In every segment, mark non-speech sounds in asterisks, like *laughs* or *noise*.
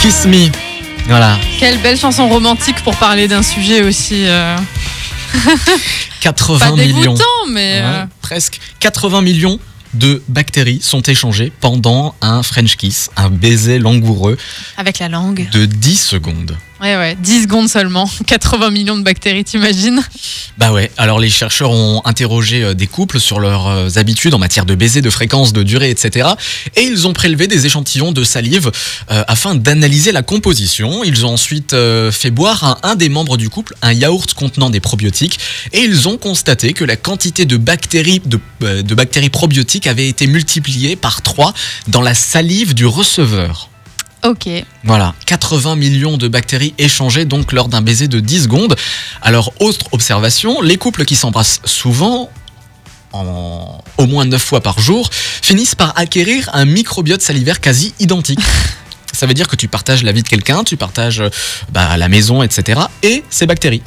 Kiss Me. Voilà. Quelle belle chanson romantique pour parler d'un sujet aussi. euh, pas 80 millions. dégoûtant, mais. Ouais, euh, presque 80 millions de bactéries sont échangées pendant un French kiss, un baiser langoureux avec la langue. de 10 secondes. Ouais, ouais, 10 secondes seulement. *laughs* 80 millions de bactéries, t'imagines Bah ouais, alors les chercheurs ont interrogé euh, des couples sur leurs euh, habitudes en matière de baiser, de fréquence, de durée, etc. Et ils ont prélevé des échantillons de salive euh, afin d'analyser la composition. Ils ont ensuite euh, fait boire à un des membres du couple un yaourt contenant des probiotiques et ils ont constaté que la quantité de bactéries, de, euh, de bactéries probiotiques avait été multipliée par 3 dans la salive du receveur. Ok. Voilà, 80 millions de bactéries échangées donc lors d'un baiser de 10 secondes. Alors, autre observation, les couples qui s'embrassent souvent, en au moins 9 fois par jour, finissent par acquérir un microbiote salivaire quasi *laughs* identique. Ça veut dire que tu partages la vie de quelqu'un, tu partages euh, bah, la maison, etc. Et ses *laughs* bactéries.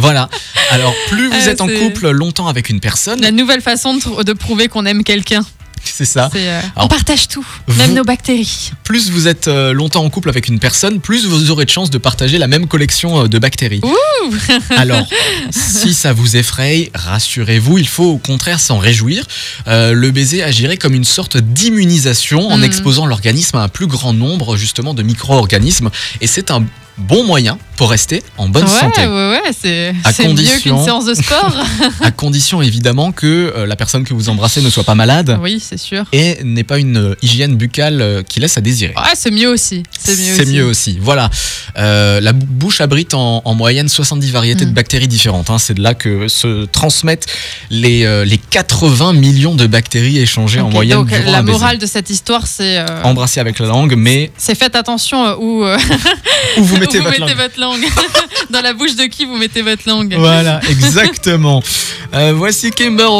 voilà. Alors, plus vous Ah, êtes en c'est- couple longtemps avec une personne, La nouvelle façon de, tr- de prouver qu'on aime quelqu'un. c'est ça. c'est, euh, Ah. Alors, on partage tout, même vous- nos bactéries. Plus vous êtes euh, longtemps en couple avec une personne, plus vous aurez de chances de partager la même collection euh, de bactéries. *laughs* Alors, si ça vous effraie, rassurez-vous, il faut au contraire s'en réjouir. Euh, le baiser agirait comme une sorte d'immunisation en Mhm. exposant l'organisme à un plus grand nombre justement de micro-organismes. Et c'est un bon moyen pour rester en bonne ouais, santé, ouais, ouais, c'est À c'est mieux condition- qu'une séance de *laughs* sport. à condition évidemment que euh, la personne que vous embrassez ne soit pas malade oui, c'est sûr. et n'ait pas une euh, hygiène buccale euh, qui laisse à désirer. Ouais, c'est mieux aussi. C'est mieux aussi. aussi. Voilà. Euh, la bou- bouche abrite en, en moyenne 70 variétés de Mm. bactéries différentes. hein. C'est de là que se transmettent les, euh, les 80 millions de bactéries échangées en Ok, moyenne donc durant la un baiser. morale de cette histoire, c'est euh, Embrasser avec la langue, mais c'est faites attention euh, où, euh, où vous *laughs* où mettez votre langue. votre langue. *laughs* Dans la bouche de qui vous mettez votre langue. Voilà, exactement. Euh, voici Kimber